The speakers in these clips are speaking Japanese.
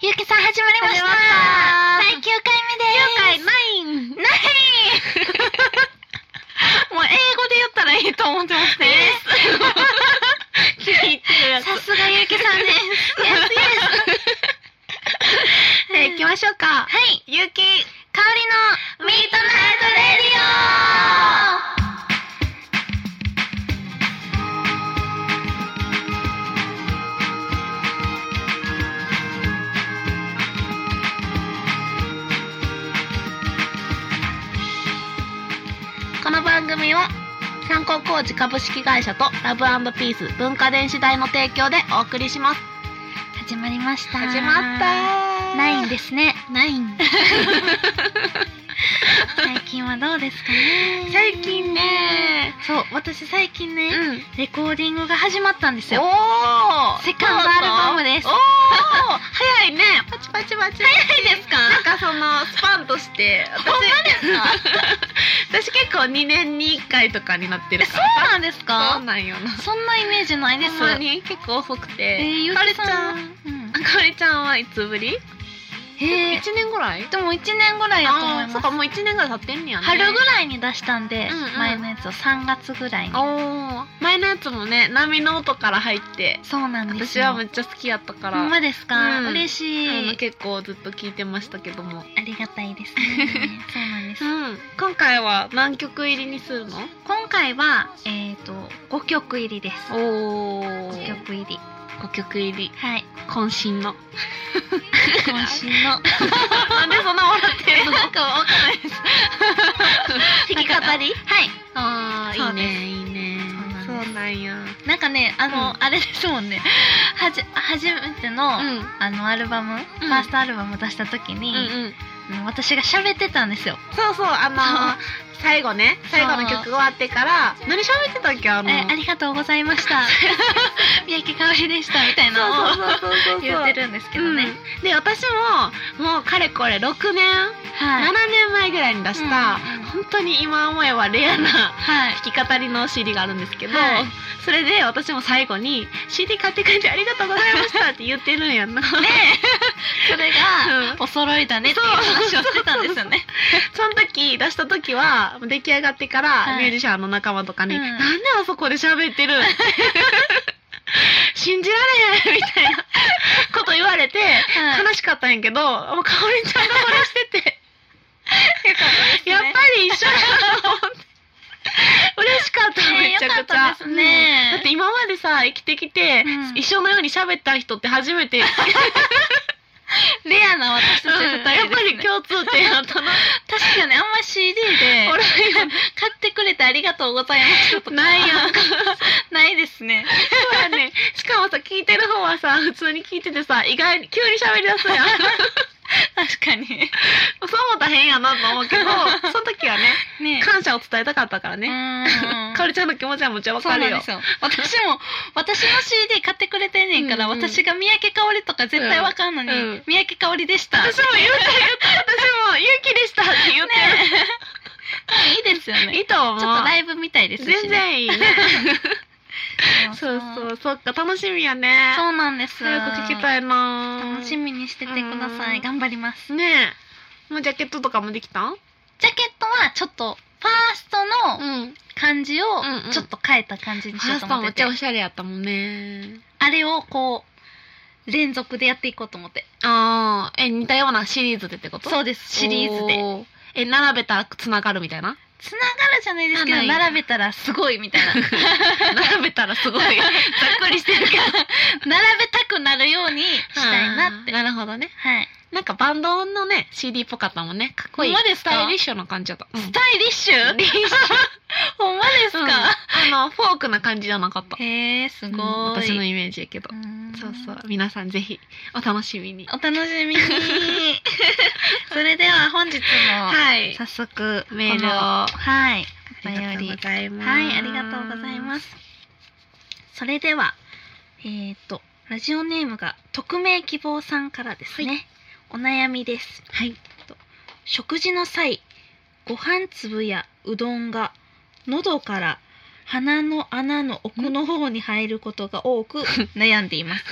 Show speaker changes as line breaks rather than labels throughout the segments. ゆうきさん始まりました
始まっ
第9
た
回目です9
ナイン
回ない
もう英語で言ったらいいと思ってまして。 聞いてるやつ。
さすがゆうきさんです Yes, yes
えー行きましょうか。
はい
ゆうき。
香りのミートナイトレディオ
この番組は、参考工事株式会社とラブピース文化電子代の提供でお送りします。
始まりました
始まった
ナイン
で。
ですねナイン最近はどうですかね
最近ね。
そう私最近ね、
うん。
レコーディングが始まったんです
お
よ
ー
セカンドアルバムです
おー早いねパチパチパチ
早いですか
なんかそのスパンとして
ほんまですか
私 結構2年に1回とかになって
え
る
そ
か
う
ら
なんです
そう
か
なんよな
そんなイメージないです
ほんまに結構遅くて
えー、ゆう
かおり
き
ちゃ
さんう
ん
ん
かおりちゃんはいつぶり、
へえ
1年ぐらい
でも1年ぐらいやと思
あ
いま
ーそっ
す
かもう1年ぐらい経ってんねやね
春ぐらいに出したんで、
うんうん
前のやつを3月ぐらいに
おー前のやつもね波の音から入って
そうなんです
私
よ
はめっちゃ好きやったから
ほんまですか、
うん
嬉し
あの
い
結構ずっと聞いてましたけども
ありがたいですねそうなんです
うん、今回は何曲入りにするの
今回はえっ、と5曲入りです
おお
5
5
曲入り
曲入り
はい
渾身の
渾身 の
なんでそんな笑ってるの
なんかわかんないです弾き語りはい
あ
ー
いいねいいね
そうなんです
なんや
なんかねあの、
う
あれですもんねはじ初めての、
うん
あのアルバム、
うん
ファーストアルバム出した時
う
に
ん、うん
あの私が喋ってたんですよ
そうそうあのー 最後ね最後の曲終わってから何喋ってたっけ
「
あの
えありがとうございま した」「三宅香りでした」みたいなのを
そうそうそうそう
言ってるんですけどね、
うんで私ももうかれこれ6年、
はい
7年前ぐらいに出した、
うんうんうん
本当に今思えばレアな
はい
弾き語りの CD があるんですけど、
はい
それで私も最後に「CD 買ってくれてありがとうございました」って言ってるんや んな
でそれが
うん
お揃いだねっていう話をしてたんですよね
その時出した時は出来上がってから、
はい
ミュージシャンの仲間とかに「
うん
なんであそこで 喋ってる? 」信じられへんみたいなこと言われて、
はい
悲しかったんやけどもうかおりちゃんがそれしててやっぱり一緒だなと思って嬉しかった、
ね
めちゃくち
よか
ゃ
ったですね
うんだって今までさ生きてきて、
うん
一緒のように喋った人って初めて、
レアな私たち二人です、ね
やっぱり共通点あったな
確かにあんま CD で
おらんや
買
ん
ってくれてありがとうございましたとか
ないやん
ないですね
そうやねしかもさ聞いてる方はさ普通に聞いててさ意外に急に喋りだ すやん
確かに
そう思ったら変やなと思うけどその時はね
ね
感謝を伝えたかったからね、
ね
かおりちゃんの気持ちはもちろんわ
そう
か
な
る
ん
よ
ですよ私 も私の CD 買ってくれてんねんから、
うんうん
私が三宅香織とか絶対わかんのに、
うん
三宅香織でした
私も言うた言うた私も勇気でしたって言ってる、
いいですよね
いいと思う
ちょっとライブみたいですし、ね、
全然いいねそう
そう
そうそっか楽しみやね
そうなんです
早く聞きたいな
楽しみにしててくださ
う
い
ん
頑張ります
ねえもうジャケットとかもできたん
ジャケットはちょっとファーストの
ん
感じを
うんうん
ちょっと変えた感じ
フ
にしよ
ァー
うと
スト
思
め
っ
って
て
ちゃおしゃれやったもんね
あれをこう連続でやっていこうと思って
ああえ似たようなシリーズでってこと
そうですシリーズで
おえ並べたらつながるみたいな
つながるじゃないですけど
あない
並べたらすごいみたいな並
並べたらすごいざ っくりしてるけど
べたくなるようにしたいなって
あーなるほどね
はい
なんかバンドのね CD っぽかったもんねかっこいい
ほんまです
ス
か
タイリッシュな感じだった、うん
スタイリッシュ
リッシュ
ほんまです
うん
か、
あのフォークな感じじゃなかった
へえすごい、
うん私のイメージやけど、
うん
そうそう皆さんぜひお楽しみに
お楽し みにそれでは本日も
はい
早速
メールを
このはいお
あり
便
がとう
り
ございます
はい、ありがとうございます。それでは、えっ、と、ラジオネームが匿名希望さんからですね。お悩みです。
はい
食事の際、ご飯粒やうどんが喉から鼻の穴の奥の方に入ることが多 く悩んでいます。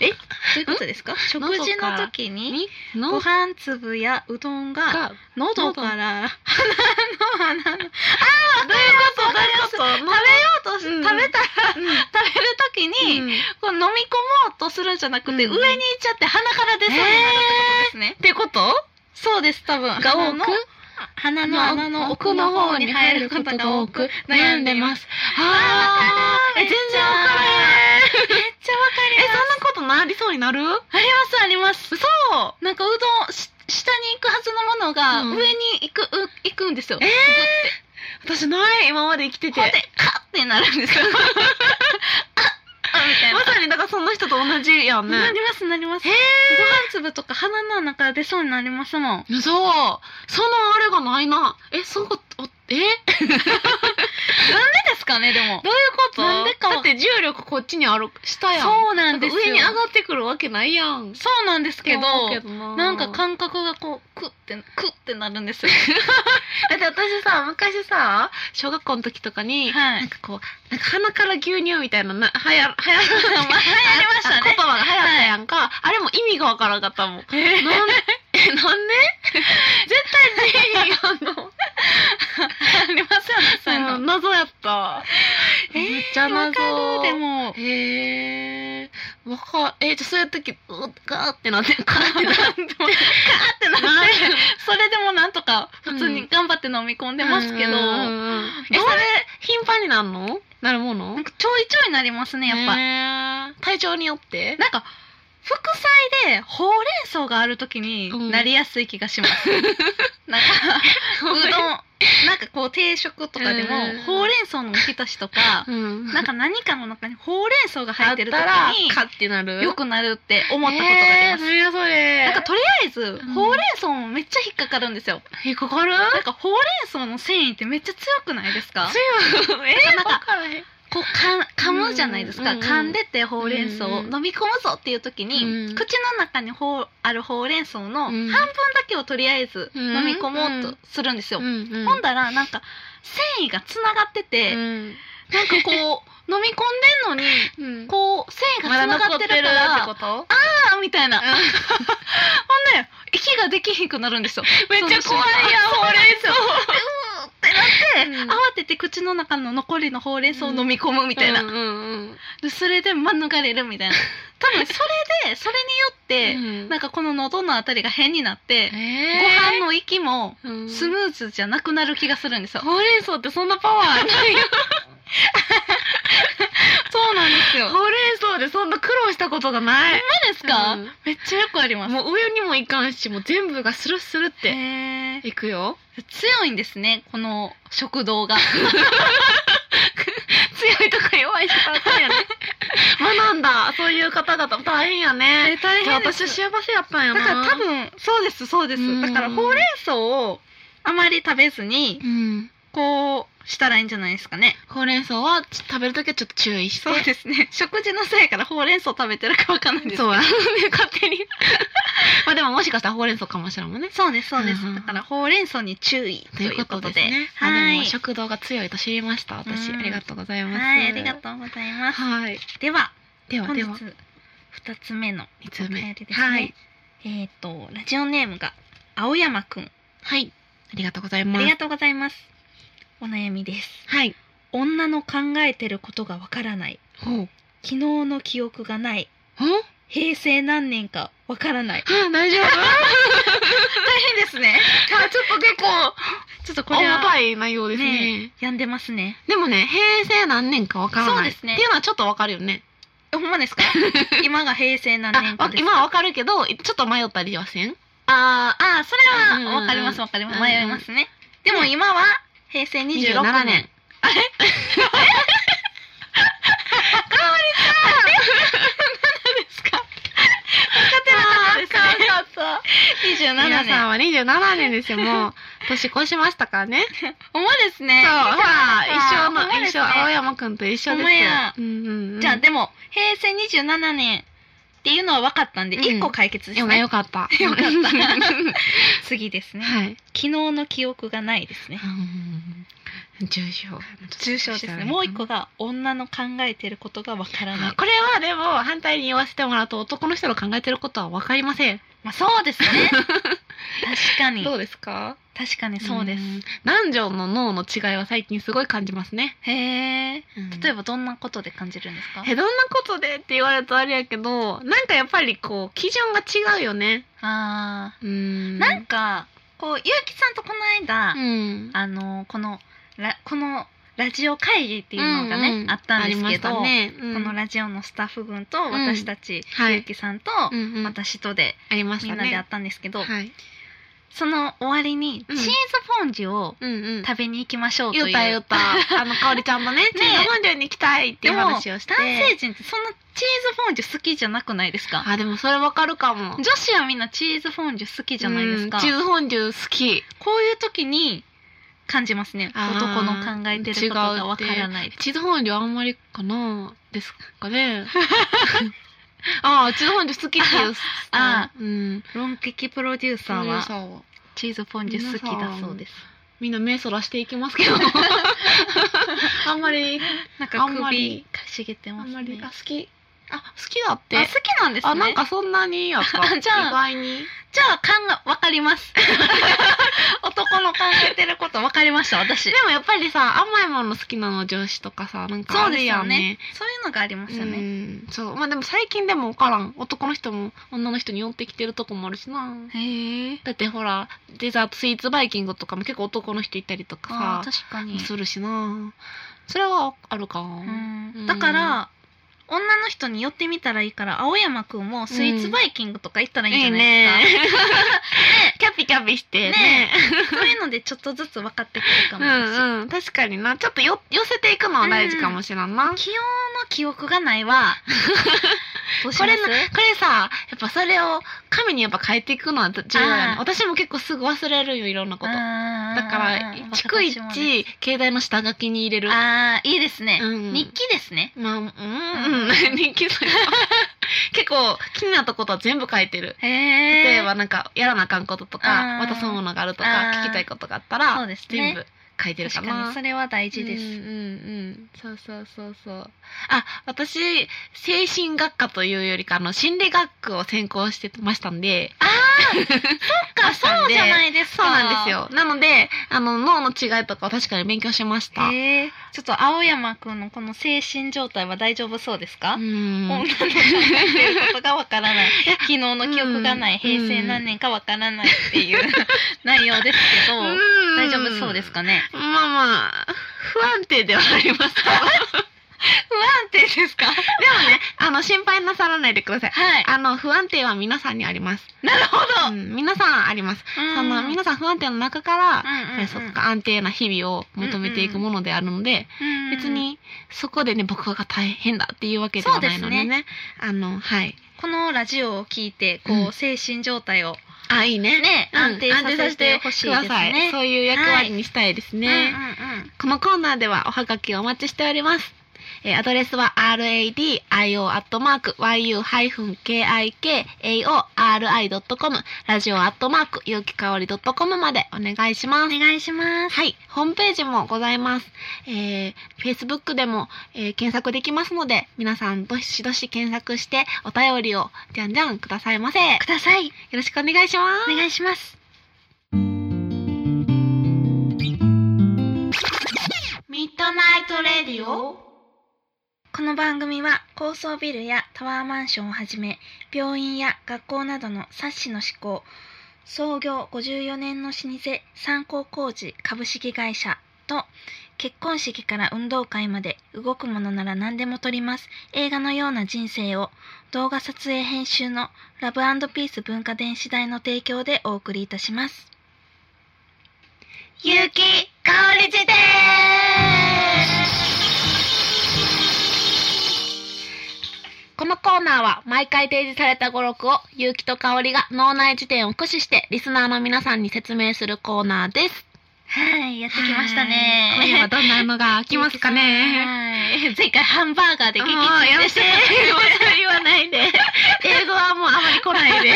え、どういうことですか？食
喉
事
か
の
ら
時にご
の
飯粒やうどんが
が
喉から 鼻の穴の
どういうことどういうこ
食べようとし、
うん
食べたら
と
食べる時に、
うん
こう飲み込もうとするんじゃなくて、
うん
上に行っちゃって鼻から出そうになるってことですね。
ってこと
そうです多分。
が多
鼻の
く
鼻
の
の穴
穴
の
の
奥
奥
の
の
方
方
に
に
入
入
る
る
こ
ことと
が
が
多
多
く
く
悩
悩
ん
ん
で
で
ま
ますす。
あー
え全然わからない。
めっちゃわか
え
ります。
そんなことなりそうになる？
ありますあります。そう。なんかうどんし下に行くはずのものが、
うん
上に行くう行くんですよ。
えー
グ
私ない今まで生きて
ッて。
て
ほんでカッてなるん ですよ。ああみたいな
ま。さにだからその人と同じやんね。
なりますなります。
へ
ご飯粒とか鼻の中から出そうになりますもん。
そうそのあれがないな。えそうおえ
なんでですかねでも。
どういうこと？
なんでか
だって重力こっちにある下やん。
そうなんですよ。
上に上がってくるわけないやん。
そうなんですけど。
な
なんか感覚がこうクッてクッてなるんですよ。
だって私さ昔さ小学校の時とかに、
はい
なんかこうなんか鼻から牛乳みたいななはやはや
流行りましたね
言葉が流行ったやんか、あれも意味がわからなかった もん。
え
なんでえなんで絶対全員あの
ありますよねそういうの。
謎やった。
えー
めっちゃ
わ
謎。
かるでも。
へえ。わかえじゃあそういう時うガーってなってガーってなっ
なんでもガーってなって
なんで
それでもなんとか普通に頑張って飲み込ん
て
で
ま
ますす
け
け
ど。
ど、
えそ
え
れ
それ
頻繁になるの？なるもの
なん？かちょいちょいなりますねやっぱ、
ぱ体調によって
なんか副菜でほうれん草がある時になりやすい気がし ます、なんかうどんなんかこう定食とかで
うん
もほうれん草のおひたしとか
うん
なんか何かの中にほうれん草が入ってる時
カッてなる
によくなるって思ったことがあります、
えー何やそれ
なんかとりあえず
ん
ほうれん草もめっちゃ引っかかるんですよ、
えかかる
なんかほうれん草の繊維ってめっちゃ強くないですか
強いえ
なんか
わからへん
こうかん噛むじゃないですか、
うんうん
噛んでてほうれん草を
うん
飲み込むぞっていう時に、
うん
口の中にほうあるほうれん草の半
う
分
ん
だけをとりあえず
うん
飲み込もうとするんですよ、
んう
ほんだらなんか繊維がつながってて、
うん
なんか こう飲み込んでんのに
うん
こう繊維がつながってるから、あ
と
ーみたいな、ほんで息ができひんくなるんですよ
めっちゃ怖いやん
その瞬間
ほうれん草
ってな
う
っ
ん
て、慌てて口の中の残りのほうれん草を飲み込むみ
み
たいな、
うんうん
でそれで免れるみ たいな多分それでそれによって、
うん
なんかこの喉のあたりが変になって、
え
ご飯の息も
ご飯
スムーズじゃなくなる気がするんですよ、
ほうれん草ってそんなパワーないよ
そうなんですよ
ほうれん草でそんな苦労したことがない
何ですか、
うん
めっちゃよくあります
もう上にもいかんしもう全部がスルスルっ
へ
て
ー
いくよ
強いんですねこの食堂 が
強いとか弱いとかあかんやね学んだそういう方々大変やね
え大変です
私は幸せやったんや
だ
な
から多分そうですそうです、
うん
だからほうれん草をあまり食べずに
うん
こうしたらいいんじゃないですかね
ほうれん草はちょ食べるときはちょっと注意して
そうですね食事のせいからほうれん草食べてるかわかんないですけど
そうや 勝手にまあでももしかしたらほうれん草かもしれんもんね
そうですそうです、
うんうん
だからほうれん草に注意
と
と
い
いううこ
こ
とと
で
です
ね。あ
はい
でも食堂が強いと知りました。私、
うん
ありがとうございます。
はいありがとうございます
はい。
では
では
本
で
日
は
二つ目の
三
お
つ目
便りですね、
はい
えっ、とラジオネームが青山くん
はいありがとうござい
あ
ま
り
す
が。とうございますお悩みです
はい。
女の考えてることがわからない
ほう
昨日の記憶がない
ほ
平成何年かわからない
あ 大丈 夫？
大変です ね
あちょっと結構
ちょっとこれ
重
は
たい内容ですね。
病んでますね
でもね平成何年かわからない。
そうですね
っていうのはちょっとわかるよね。
えほんまです か今が平成何
あ
年か
わ
です
今はわかるけどちょっと迷ったりはせん？
あーあーそ
うん
れ
うんう
は
ん
わかりますわかります
うんうん
迷いますね、でも今は平成
二
26
十七
年
年。
ですか分かってなかっ
あーあかんかった
ですね27
皆さん
年
は二十七年ですよ。 もう年越しましたからね。
ほんまですね
そう、ほら、
そう
一緒
ほんま
の、
で
一
す
緒、
ね
青山くんと一緒です
ほんまや
よ。うんうんうん
じゃあでも平成27年っていうのは分かったんで
うん
一個解決し
よ
たい、
よかった。
よかった
は
次ですね
い。
昨日の記憶がないですね
うん重症
重症ですねもう一個が女の考えてることがわからない
あこれはでも反対に言わせてもらうと男の人の考えてることは分かりません
まあそうです ね確かに
どうですか
確かにそうです
ん男女の脳の違いは最近すごい感じますね
へえ例
例
え
えば
ばどんなことで感じるんですか
えどんなことでって言われるとあれやけどなんかやっぱりこう基準が違うよね
あ
う
ー
ん
なんかこうゆうきさんとこの間、
うん
あのこのラこのラジオ会議っていうのがね、
ううん
あったんですけど、
ありましたねうん
このラジオのスタッフ群と
ん
私たち、
はい
ゆうきさんと、
うんうん
私とで
ありまし
み
た
んなで会
ね
ったんですけど、
はい
その終わりにチ
う
ー
ん
ズフォンデュを
うんうん
食べに行きましょうという、
言うた言う たあの香りちゃんもねチーズフォンデュに行きたいっていう話をして
男性陣ってそんなチーズフォンデュ好きじゃなくないですか
あでもそれ分かるかも
女子はみんなチーズフォンデュ好きじゃないですか、
うんチーズフォンデュ好き
こういう時に感じますね
あー
男の考えてることがわからない
チーズフォンデュあんまりかなですかね ああチーズフォンデュ好きって いう
あ
うん
論劇プロデューサーは
は
チーズフォンデュ好きだそうです
みんな目そらしていきま すけどあんまり
なん
あ
か
んま
首
り
かしげて
あ
ます
ん
ね
ま
あ
りあ好きあ好きだって
好きなんですね
あなんかそんなにやっ
あ
た
じゃあ
意外に
じゃあ勘がわかります 男の考えてることわかりました私
でもやっぱりさ甘いもの好きなの上司とかさなんか
そ
あ
うで
る
す
や
よ
ん
ねそういうのがありますよね、
うんそうまあでも最近でも分からん男の人も女の人に寄ってきてるとこもあるしな
へえ
だってほらデザートスイーツバイキングとかも結構男の人いたりと
あ
か
ー確かに
さするしなそれはあるか
うん
ん
だから女の人に寄ってみたらいいから青山くんもスイーツバイキングとか行ったらいいんじゃないですか、
キャピキャピし
ね
てね
そういうのでちょっとずつ分かってくるか
う
もですし、
んうん確かになちょっとよ寄せていくのは大事かもしれんな、こ
気温の記憶がない わどうしま
れ
す
なこれさやっぱそれを紙にやっぱ変えていくのは重要や
あー
な私も結構すぐ忘れるよいろんなことだ
だ
から逐一携帯の下書きに入れる
あーいいですね、
うん
日記ですね
まあうんうん 人気 だよ結構気になったことは全部書いてる例
へ
えばなんかやらなあかんこととか
あー
渡すものがあるとか
あー
聞きたいことがあった
そう
ら
ですね
全部書いてるか
確
な
かにそれは大事です、
うんうんうんそうそうそうそうあ私精神学科というよりかあの心理学を専攻してましたんで
そっかそうじゃないですか
そうなんですよなのであの脳の違いとかは確かに勉強しました
へえちょっと青山くんのこの精神状態は大丈夫そうですか、
うん
女の子が言ってることがわからない昨日の記憶がない、
うん
平成何年かわからないっていう 内容ですけど、大丈夫そうですかね
まあまあ不安定ではありますけどでも
不安定ですか
ね あの心配なさらないでください
はい
あの不安定は皆さんにあります、
なるほど
うん、皆さんありますその皆さん不安定の中から、
うんうんうん
そっか安定な日々を求めていくものであるので、
うん
別にそこでね僕が大変だっていうわけではないのでね
そう
あのはい
このラジオを聞いてこう、
うん
精神状態を
あいいね
ね
うん
安定させてほしいですね
安定させてくださいそういう役割にしたいですね、
うんうんうん
このコーナーではおはがきをお待ちしております。えーアドレスは radio.yu-kikaori.com ラジオ .yukiKaori.com までお願いしま
お
す。
願いします
はい、ホームページもございます。えー、Facebook でも、えー検索できますので、皆さんどしどし検索してお便りをじゃんじゃんくださいませ。よ
ください
ろしくお願いしま
お願いします
す。ミッドナイトレディオ
この番組は高層ビルやタワーマンションをはじめ病院や学校などの冊子の施行創業54年の老舗三幸工事株式会社と結婚式から運動会まで動くものなら何でも撮ります映画のような人生を動画撮影編集のラブピース文化電子代の提供でお送りいたします
ゆきかおり辞典このコーナーは毎回提示された語録をゆうきとかおりが脳内辞典を駆使してリスナーの皆さんに説明するコーナーです。
はいやってきましたね
はい今夜はどんなのが来ますかね。
はい 前回ハンバーガーで激
もう
痛
や
で
め
してた
もうそれ言わないで。英語はもうあまり来な いで。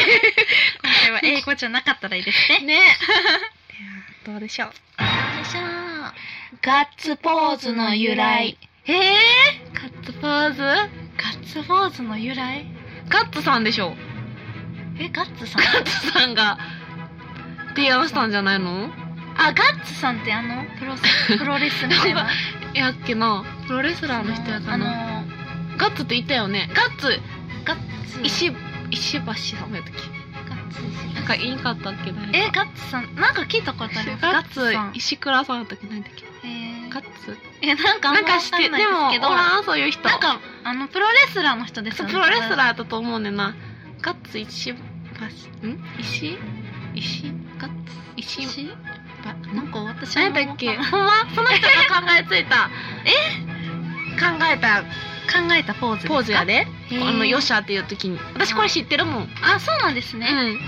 今回は英語じゃなかったらいいですね。
ね。ではどうでしょう。
よいしょガッツポーズの由来。
ええー、ガッツポーズ
ガッツポーズの由来
ガッツさんでしょ
え、ガッツさん
ガッツさんが提案したんじゃないの
あ、ガッツさんってあの、プロス プロレスみたいな。
やっけなプロレスラーの人やか
あの
な、ガッツって言ったよねガッツ
ガッツ。
石石橋さんやったっ
ガッツ
けなんかいいかったっけ誰か
え、ガッツさん、なんか聞いたことあるよ。
ガッ
さん
ツ。石倉さんやったっけ何だっけ
えー
ガッツ
え、なんかあんま
なん
わか
かし
んな
て
い
で
で
も
すけど、
お
な
らんそういう人
んか、あの、プロレスラーの人です
そ
よ
う
ね。
プロレスラーやったと思うねんなガッツ石橋ん石石ガッツ石
石
ば
なんか私は
何やったっけほんまその人が考えついたえ考えた
考えたポーズですか
ポーズやで
へー
あのよっしゃっていう時に私これ知ってるもん、
あそうなんです
う
ね、
ん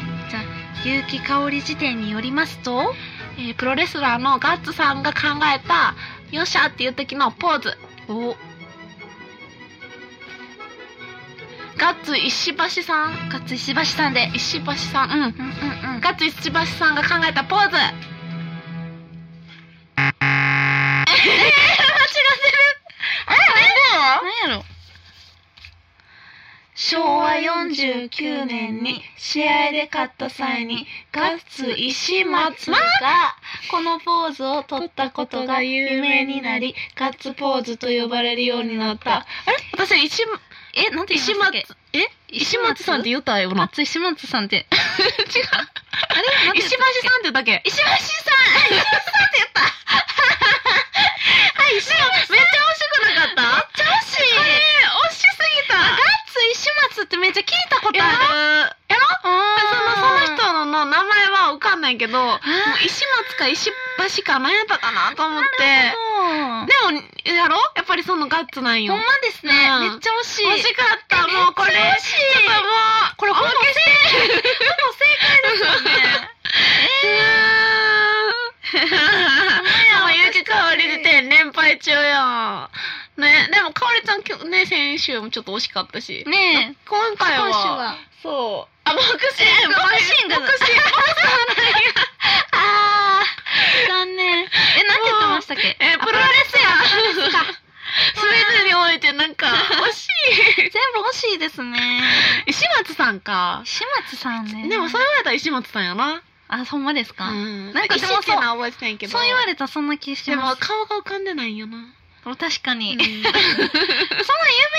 結城かおり辞典によりますと
えープロレスラーのガッツさんが考えたよっしゃっていう時のポーズ
お
ガッツ石橋さん
ガッツ石橋さんで
石橋さんうん
うんうんうん
ガッツ石橋さんが考えたポーズ
何やろ昭和49年に試合で勝った際にガッツ石松がこのポーズを取ったことが有名になりガッツポーズと呼ばれるようになった
私石
えなんて
石
石松
松え石松さんって言ったよ
ガッ
な
ツ石松さんって
違う
あれ
石橋さんってだけ
石橋さん石橋さんって言ったはい石橋
めっちゃ惜しくなかっ
めっちゃ惜
た
しい
これ惜しすぎた
ガッツ石松ってめっちゃ聞いたことある
やろやろ
あ
そのその人の名前は分かんないけどもう石松か石橋か何やったかなと思って
人
でもやろやっぱりそのガッツなんよ
ほんまですね、
う
めっ
ん
ちゃ惜しい
惜しかったもうこれ
めっちゃ惜し
ちょっ
い
ともうこれ本気
ほぼ正解ですよね
もうゆきかおり時点連敗中やんねでもかおりちゃんきょね先週もちょっと惜しかったし
ねえ
今回は
今週は
そうあボクシング
ボクシング
ボクシング
あー残念えなんて言ってましたっけ
え
あ
プロレスや全てにおいてなんか惜し
全部惜しいですね
い石松さんか
石松さんね
でもそう言われたら石松さんやな
あほんまですか、
うん
なんかでもそう
石ってな覚えてないけど
そう言われたらそんな気し
でも
ます
顔が浮かんでないんよな
確かに、
うん
そんな有名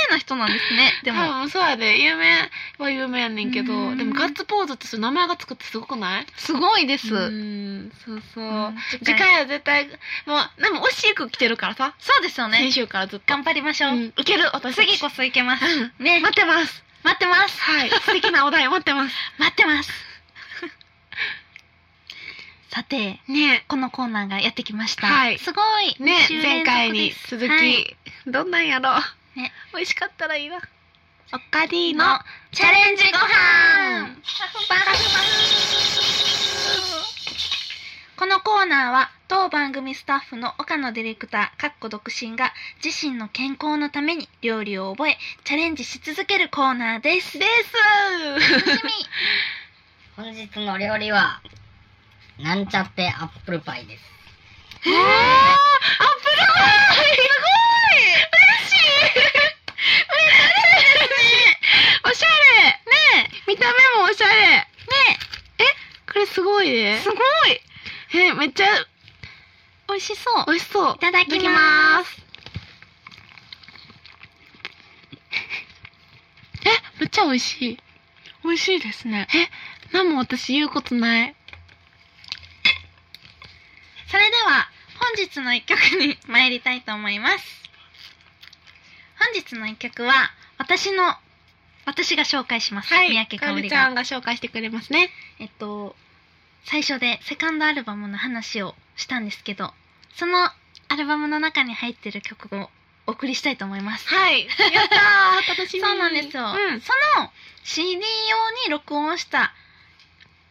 な人なんですね でも、
多分そうやで有名は有名やねんけど
うん
でもガッツポーズってそういう名前がつくってすごくない
すごいです、
うんそうそう、
うん
次回は絶対もうでも惜しく来てるからさ、
そうですよね
先週からずっ と
頑張りましょう、
うん、受ける私たち
次こそいけます
う
ね
ん待ってます
待ってます
はい素敵なお題待ってます
待ってます さて
ね
このコーナーがやってきました、
はい
すごい
えね
二週
前
連続
回に
です
続き、
はい
どんなんやろう、
ね、
美味しかったらいいな
おかり
の
のチャレンジご飯このコーナーは当番組スタッフの岡野ディレクターかっこ独身が自身の健康のために料理を覚えチャレンジし続けるコーナーです
で
楽しみ
本日の料理は、なんちゃってアップルパイです。
すえー、アップルパイすごい嬉しいめっちゃ嬉しいおしゃれね見た目もおしゃれねえこれすごいね
すごい
えめっちゃ
美味しそう
美味しそう
いただきます
いただきすえめっちゃ美味しい
美味しいですね
え何も私言うことない
それでは本日の一曲に参りたいと思います本日の一曲は私の私が紹介します、三宅
か
香
おり
織
ちゃん
が
が紹介してくれますね
えっと最初でセカンドアルバムの話をしたんですけどそのアルバムの中に入ってる曲をお送りしたいと思います
はいやったー楽し
そう
み
なんですよ、
うん
その CD 用に録音した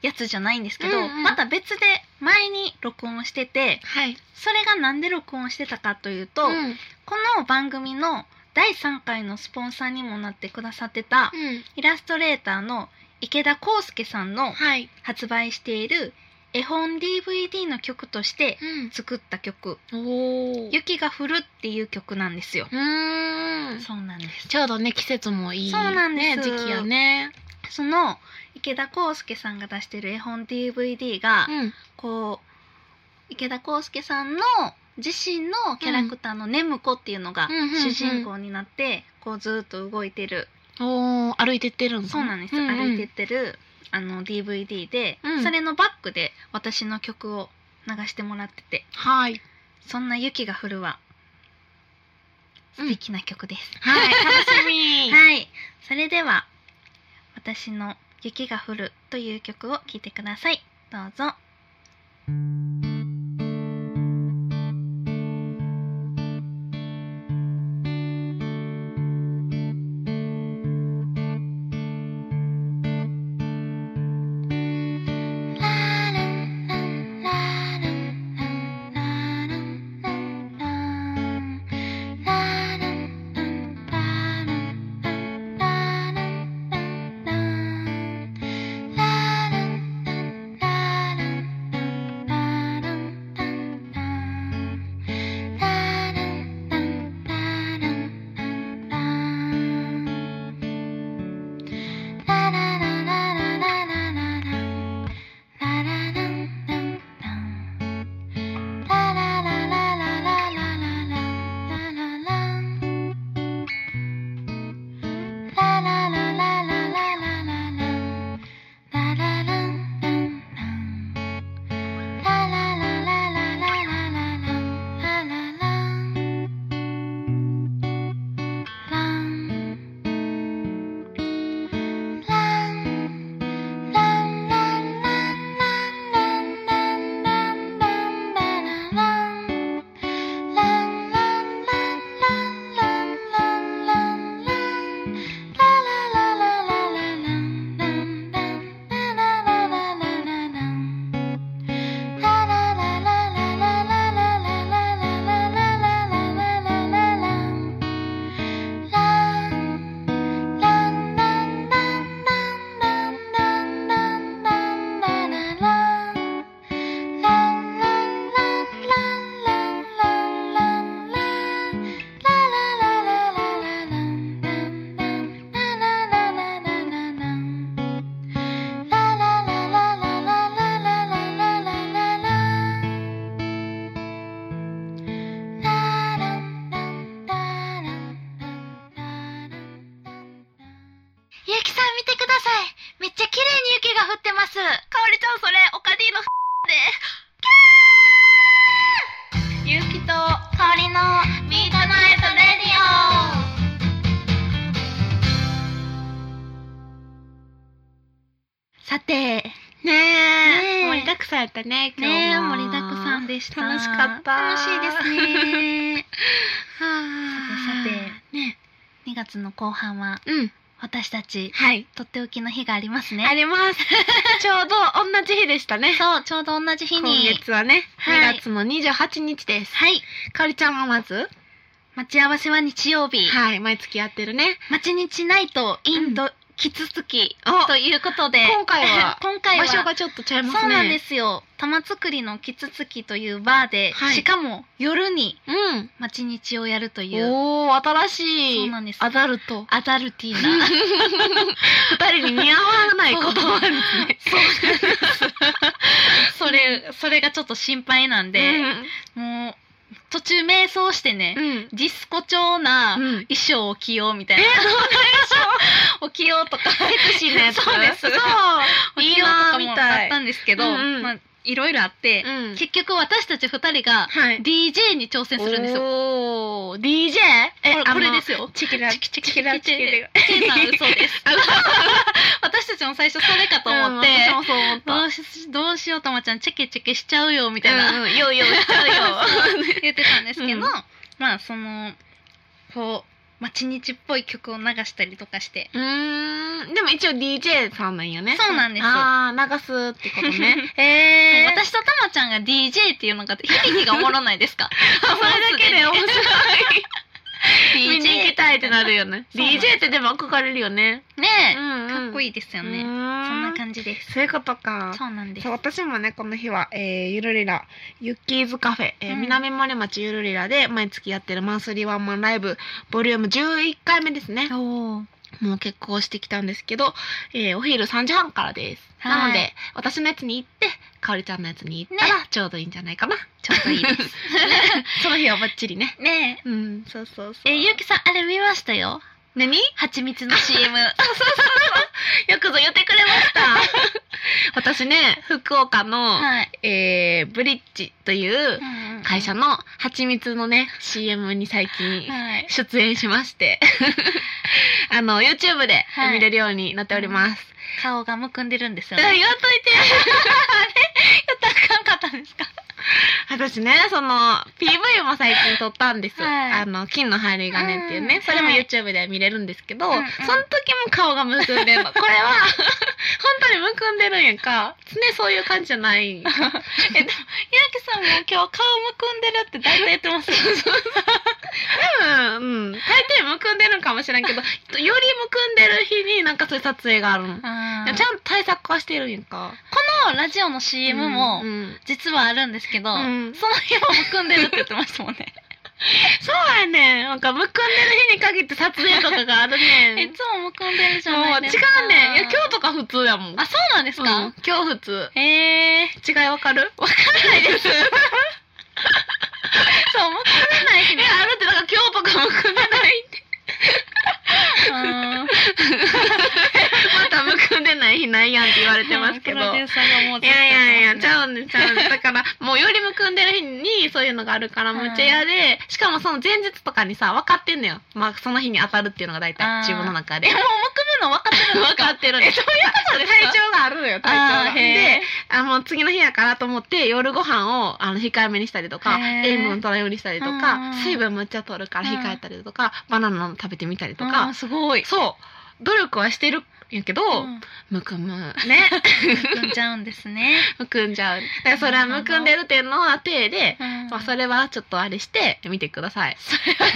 やつじゃないんですけど、
うんうん
また別で前に録音してて
はい
それがなんで録音してたかというと、
うん
この番組の第3回のスポンサーにもなってくださってたイラストレーターの池田康介さんの
はい
発売している絵本 DVD の曲として作った曲
うん。お
「
お。
雪が降る」っていう曲なんですよ
う。ーん。
そうなんです
ちょうどね季節もいい、ね、
そうなんです
時期やね。
その池田康介さんが出してる絵本 DVD が、
うん。
こう池田康介さんの自身のキャラクターのねむこっていうのが
うんうんうんうん
主人公になってこうずっと動いてる
おお歩いてってるんだね
そうなんです、歩いてっ。てるあの DVD で、
うん
それのバックで私の曲を流してもらってて
はい。
「そんな雪が降る」は
うん
素敵な曲です、
はい。楽し み。
はいそれでは私の「雪が降る」という曲を聴いてくださいどうぞ
ゆきさん見てくださいめっちゃ綺麗に雪が降ってますかおりちゃんそれオカディので
ゆうきと
かおりのミートナイトレディオ
さて
ねえ
ねえ
盛りだくさんやったね今日
ねえ
も
盛りだくさんでした
楽しかった
楽しいですね
はあ
さてさ
ね
2月の後半は
えうん
私たち
はい
とっておきの日があります
あ
ね
ります ちょうど同じ日でしたね
そうちょうど同じ日
今
に
月はね
はい
2月の28日です
はい
かおりちゃんはまず
待ち合わせは日曜日
はい毎月やってるね
待ち日ナイトインドキツツキ
お
ということで
今回は
今回は
場所がちょっとちゃいますね
そうなんですよ玉造りのキツツキというバーで、
はい
しかも夜に
うん
待ち日をやるという
おお新し
そう
い
なんです
アダルト
アダルティー な
二人に似合わない言葉ですね
それそれがちょっと心配なんで、もう途中迷走してね
う、ん
ディスコ調な
うん
衣装を着ようみたいな、 を着ようとか
セクシーなやつ
そうです
そう
着
いい
ようと
な
か
ーみ
も
た
あ
い
ったんですけど、
うんうん
まあ、いろいろあって、
うん
結局私たち二人が
はい
DJ に挑戦するんですよ。
おー DJ?
えこれこれですすよ。
チキラ
チ
チ
キ
キ
チ
チ
キ
キ
チキ
ラチ
チ
キラ
キな嘘です。私たちも最初それかと思って、
うん私もそう思った
どうしどうしようたまちゃんチキチキしちゃうよみたいな、
うんうんよいよいしちゃうよ
言ってたんですけど、
うん
まあそのこう待ち日っぽい曲を流したりとかして
うーんでも一応 DJ さんなんよね
そうなんです
ああ流すっ てことね
で
へ
も
ー
私とたまちゃんが DJ っていうのが響きがおもろないですか
それだけで面白い
見に行きたいってな
るよね DJ ってでも憧れるよね。
ねえ、
うんうん
かっこいいですよね、
うー
そんな感じです
そういうことか。
そうなんです
そう私もねこの日は、えーゆるりらユッキーズカフェ、えー
うん
南丸町ゆるりらで毎月やってるマンスリーワンマンライブボリューム11回目ですね
おー
もう結構してきたんですけど、えーお昼3時半からです、
はい
なので私のやつに行ってかおりちゃんのやつに行ったらちょうどいいんじゃないかな、
ちょっといいです
その日はばっちりね
ね
うんそうそう
え
え
えゆうきさんあれ見ましたよ
何
蜂蜜 の CM
よくぞ言ってくれました 私ね福岡の、
はい、
えーブリッジという会社
の
の蜂蜜のね CM に最近
はい
出演しまして あの YouTube で
はい
見れるようになっております、
顔がむくんでるんですよ
だから
ね
言わんといて
やったらあかんかったんですか
私ねその PV も最近撮ったんです、
はい
あの金の針金っていうね、
うん
それも
はい
YouTube で見れるんですけど、
うんうん
その時も顔がむくんでるのこれは 本当にむくんでるんやんか常そういう感じじゃない
えでもゆうきさんも今日顔むくんでるって大体言ってます
多分、うん、大抵むくんでるんかもしれんけどよりむくんでる日になんかそういう撮影があるの
あ
いやちゃんと対策はしてるんやんか。
このラジオの CM も
うんうん
実はあるんですけど、
うん
その日はむくんでるって言ってましたもん ね
そうやねん。なんか、むくんでる日に限って撮影とかがあるね
い
ん。
つもむくんでるじゃ
も
ない
う
で
違
すか
うねん。いや、今日とか普通やもん。
あそうなんです
うん
か、
今日普通。
えー、
違いわかるわか
そうむくんでない日
ん
に
ない。あるって、なんか今日とかむくんでないって。
あー
またむくんでない日ないやんって言われてますけど。
プロデュー
い
サーがもう
やいやいや、ち
ゃ
ゃうねん、ちゃうねん。だから、もうよりむくんでる日にそういうのがあるから、むっちゃ嫌で、しかもその前日とかにさ、分かってんのよ。まあ、その日に当たるっていうのが大体、
あー
自分の中で
え。もうむくむの分かってるんです
分
か
かってるんです。そういうこと体調があるのよ、体調
あー
が。
へー
で、あもう次の日やからと思って、夜ご飯をあの控えめにしたりとか、
へー
塩分取らんようにしたりと
うん
か
うん、
水分むっちゃ取るから控えたりとか、バナナも食べてみたりと
あー
か、
すごい
そう、努力はしてるんやけど、
うん
むくむ。
ねむくんじゃうんですね、
むくんじゃう。だからそれはむくんでるっていうのは手で、
うん
まあ、それはちょっとあれして見てください。
ち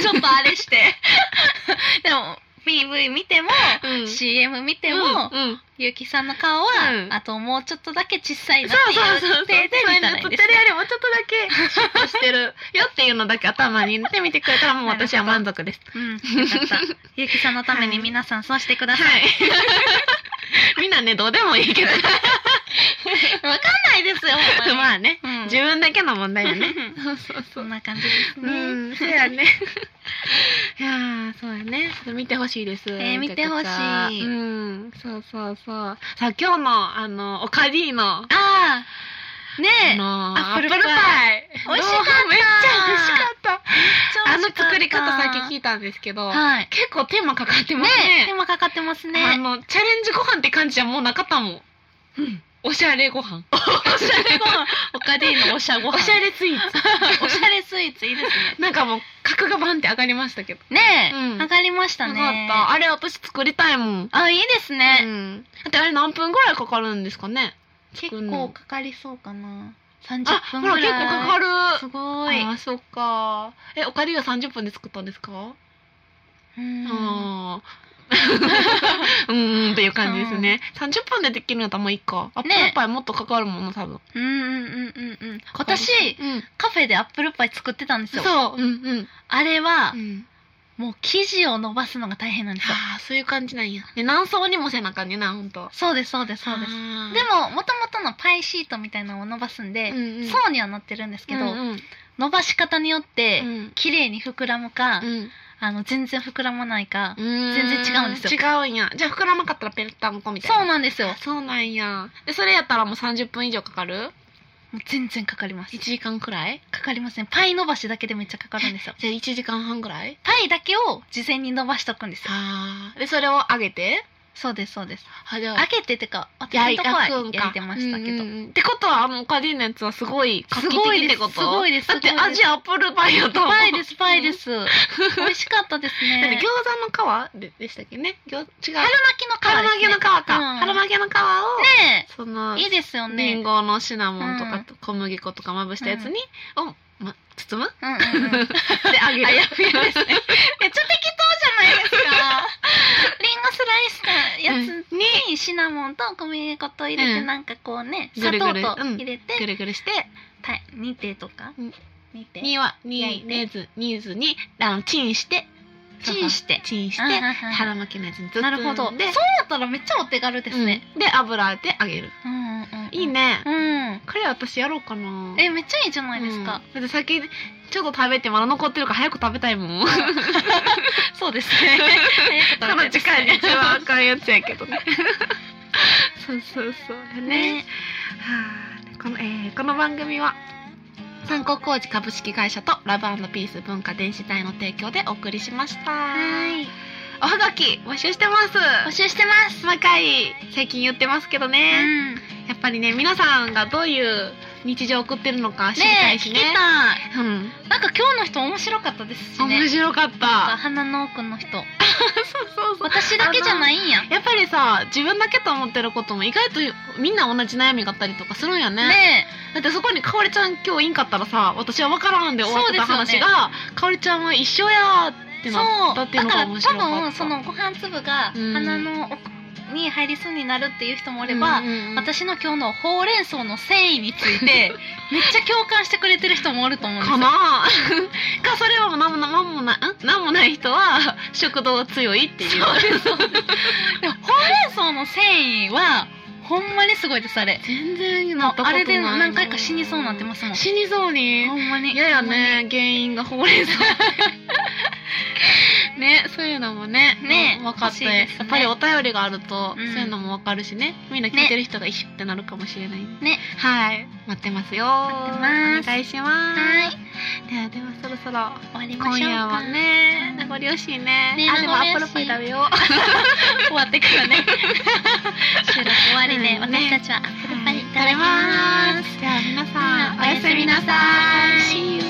ょっとあれして でも PV 見ても、
うん
CM 見て
で
も、
うん
ゆうきさんの顔は、
うん
あともうちょっとだけ小さいなっ
そ
て
うそうそう
い
そう
う手で見たらいいん
そう
です
いうの釣って
ね
るよりもちょっとだけシュッとしてるよっていうのだけ頭に入れてみてくれたらもう私は満足です
うん、よかった。 ゆうきさんのために皆さんそうしてください。
はいみんなねどうでもいいけど
わ、かんないですよ、ほんま に。
まあね、
うん
自分だけの問題よねそうそう
そんな感じですね。
うんそう やねいやーそうやねちょっと見てほしいです
えー見てほしい
めちゃくちゃうんそうそうそうさあ今日のあのオカディの
ああ、ねえ、
あの
ア
ア
ッ
ッ
プ
プ
ルパ
ルパ
イ
イ
美味しかった
どうめっちゃ美味しかったあの
めっちゃ美味しかった
作り方さっき聞いたんですけど、
はい。
結構手間かかってま
ね
す
え、手
ね。
間かかってます
あ
ね。
のチャレンジご飯って感じじゃもうなかったもん。おしゃれご飯。おしゃれご飯。
おかでのおしゃご
おしゃれスイー
おしゃれスイーツいいですね。
ツ。なんかもう格がバンって上がりましたけど。
ねえ、
うん
上がりましたね。
よかった。あれ私作りたいもん。
あ、いいです
う
ね。
ん。だってあれ何分ぐらいかかるんですかね。
結
作んの
構かかりそうかな。30
あ、
分
ほ
ぐ
ら
らい。
結構かかる。
すごい。
あ、そうか。え、おかりは三十分で作ったんですか？
うん。
あー うんうんっていう感じですね。三十分でできるんやったらもういいか。アップルパイもっとかかるもの多分。
うんうんうんうんうん。私、
うん、
カフェでアップルパイ作ってたんです
そ
よ。
う、うんうん。
あれは
う、ん、
もう生地を伸ばすのが大変なんですよ。
ああそういう感じなんや。で何層にもせなあかんねんな本当。
そうです、そうです、そうです。
あー
でも、もともとのパイシートみたいなのを伸ばすんで、
うんうん
層にはなってるんですけど、
うんうん
伸ばし方によって、綺麗に膨らむか、
うん
あの、全然膨らまないか、
うん
全然違うんですよ
違うんや。じゃあ膨らまかったらペルタンコみたいな。
そうなんですよ。も
そうなんや。でそれやったらもう三十分以上かかる？
う全然かかります。
一時間くらい？
かかりません。パイ伸ばしだけでめっちゃかかるん ですよ。
じゃあ一時間半くらい？
パイだけを事前に伸ばしとくんですよ。
ああ。でそれを揚げて？
そうです、そうです。
あじゃあ
開けててか、私の
焼い
と
た
こは
くんか
焼いてましたけど。
うんうんうんってことはあのオカディのやつはすごい画期
すごい
的
です
ってこと
すごいです
だって
すごいで
味
す
アップルパイやと思う
パイです、パイ です。美味しかったです
だって
ね
餃。子の皮ででしたっけね餃違う
春巻きの
春
皮
巻
です
きの
ね
皮
う
か、
ん
春巻きの皮を、
ね
その
えいいですよ
リン
ね。
ゴのシナモンと
うん
か小麦粉とかまぶしたやつに、をま、包 む
うんうんうん。
で、あげる。
あやふやですね。めっちゃ適当じゃないです か。リンゴスライスのやつにシナモンと小麦粉と入れて、
うん
なんかこうね、
ぐ
砂
る
糖
ぐ
と
るうん
入れ
ぐ
て、
るぐるして、
た煮てとか
うん。
煮て。
には、
焼
に
い、て
ねず、にずに、あの、チンして、
チン して
チンして、
うんうんうん
腹巻きのやつにずっと。
なるほど。そう
で
や、ったらめっちゃお手軽ですね。
うんで、油で揚げる。
うんうんうん。
いい。ね。
うん。
これ私やろうかな。
え、めっちゃいいじゃないですか。
うんだって先ちょっと食べてまだ残ってるから早く食べたいもん。こ
そうですね。早く
の
食べ
時
た
間
い
に
です
一番あかんやつやけどね。 そうそうそう。ね。
ね。
はあこの、えーこの番組は参考工事株式会社とラブピース文化電子体の提供でお送りしました。
はい。
おはがき募集してます。
募集してます。
細かい最近言ってますけど
う
ね、
ん。ね
やっぱりね皆さんがどういう日常を送ってるのか知りた
え、
い
聞
し
き
ね。
たい。
うん。
なんか今日の人面白かったですしね
面。白かった。
花の奥の人
そうそうそう
私だけじゃないんやね
やっぱりさ自分だけと思ってることも意外とみんな同じ悩みがあったりとかするんやねだってそこにかおりちゃん今日いんかったらさ私は分からんで終わってた
そうです
話
よね
が、かおりちゃんは一緒やーっ
え
てな
そう
った
だ
ってい
か
うのが
ら
面
多
白かった
分そのご飯粒が
うん
花の奥に入りそうになるっていう人もお
あ
れば、私の今日のほうれん草の繊維につ いてめっちゃ共感してくれてる人もおると思うんです
か
よ
なぁ かそれはもう何もな何もないん何もない人は食堂強いっていう
でもほうれん草の繊維はほんまにすごいですあれ
全然なったことな
あ
い
れで何回か死にそうになってますもん
死にそうに
ほんまに
嫌やね原因がほうれん草ねそういうのもね
ね
うん分かっ
欲しい
て、
ですね
やっぱりお便りがあると、
うん
そういうのも分かるしねみんな聞いてる人が一緒ってなるかもしれない
ね
はい待ってますよ
待ってます
お願いします
はい
ではではそろそろ
終わりましょうか
今夜はね名
うん
残惜しいね
ね
あでもア
名
ッ
残
プ
惜
ル
しい
パイ食べよう
終わってからね収録終わりで、
うん
私たちはアップルパイいただき
食べ
ます
ますじゃあ皆さんおやすみなさい
See you.